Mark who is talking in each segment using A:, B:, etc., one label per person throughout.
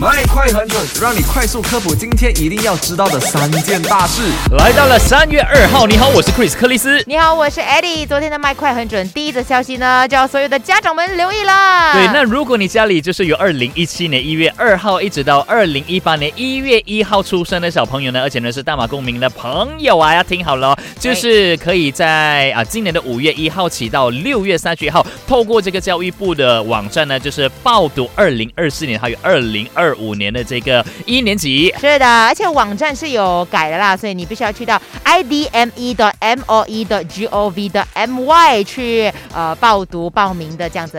A: 麦快很准，让你快速科普今天一定要知道的三件大事。
B: 来到了三月二号，你好，我是 Chris 克里斯。
C: 你好，我是 Eddie。昨天的麦快很准，第一则消息呢，叫所有的家长们留意啦。
B: 对，那如果你家里就是有二零一七年一月二号一直到二零一八年一月一号出生的小朋友呢，而且呢是大马公民的朋友啊，要听好了哦，就是可以在啊今年的五月一号起到六月三十一号，透过这个教育部的网站呢，就是报读二零二四年还有二零二五年的这个一年级。
C: 是的，而且网站是有改的啦，所以你必须要去到 idme E dot moe dot gov dot my 去呃报读报名的这样子。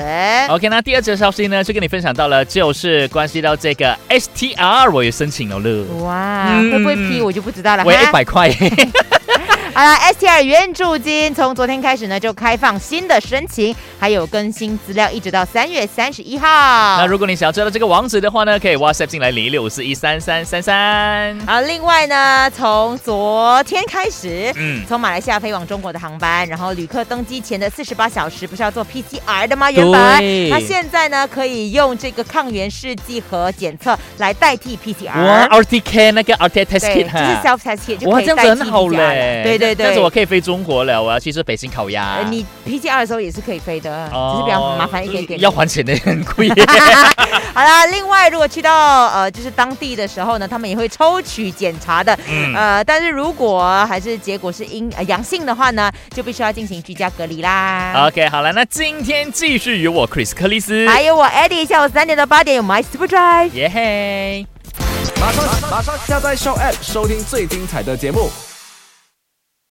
B: OK，那第二则消息呢，就跟你分享到了，就是关系到这个 STR，我也申请了了。
C: 哇，
B: 嗯哎
C: 会不会批我就不知道了
B: 我
C: 哈。
B: 一百块，
C: 好了，STR 援助金从昨天开始呢就开放新的申请，还有更新资料，一直到三月三十一号。
B: 那如果你想要知道这个网址的话呢，可以 WhatsApp 进来零一六四一三三三三。
C: 好，另外呢，从昨天开始，
B: 嗯，
C: 从马来西亚飞往中国的航班，然后旅客登机前的四十八小时不是要做 PCR 的吗？原本。
B: 对
C: 那现在呢，可以用这个抗原试剂盒检测来代替 PCR。
B: 哇，RTK 那个 RT test
C: 对，
B: kit
C: 就是
B: 哈，
C: self test kit 就
B: 哇，
C: 可以
B: 这样
C: 代
B: 子
C: 替
B: 很好
C: PCR
B: 嘞
C: 了。对对
B: 这样子我
C: 对。
B: 可以飞中国了，我要去吃北京烤鸭
C: 呃。你 PCR 的时候也是可以飞的，
B: 哦
C: 只是比较麻烦一点点。
B: 要还钱的很贵 耶。
C: 好啦，另外如果去到呃就是当地的时候呢，他们也会抽取检查的，
B: 嗯，
C: 呃，但是如果还是结果是阴呃阳性的话呢，就必须要进行居家隔离啦。
B: OK，好了，那今天继续由我 Chris 克里斯，
C: 还有我 Eddie，下午三点到八点有 My Super Drive。
B: 耶嘿。
A: 马上马上下载 Show App 收听最精彩的节目。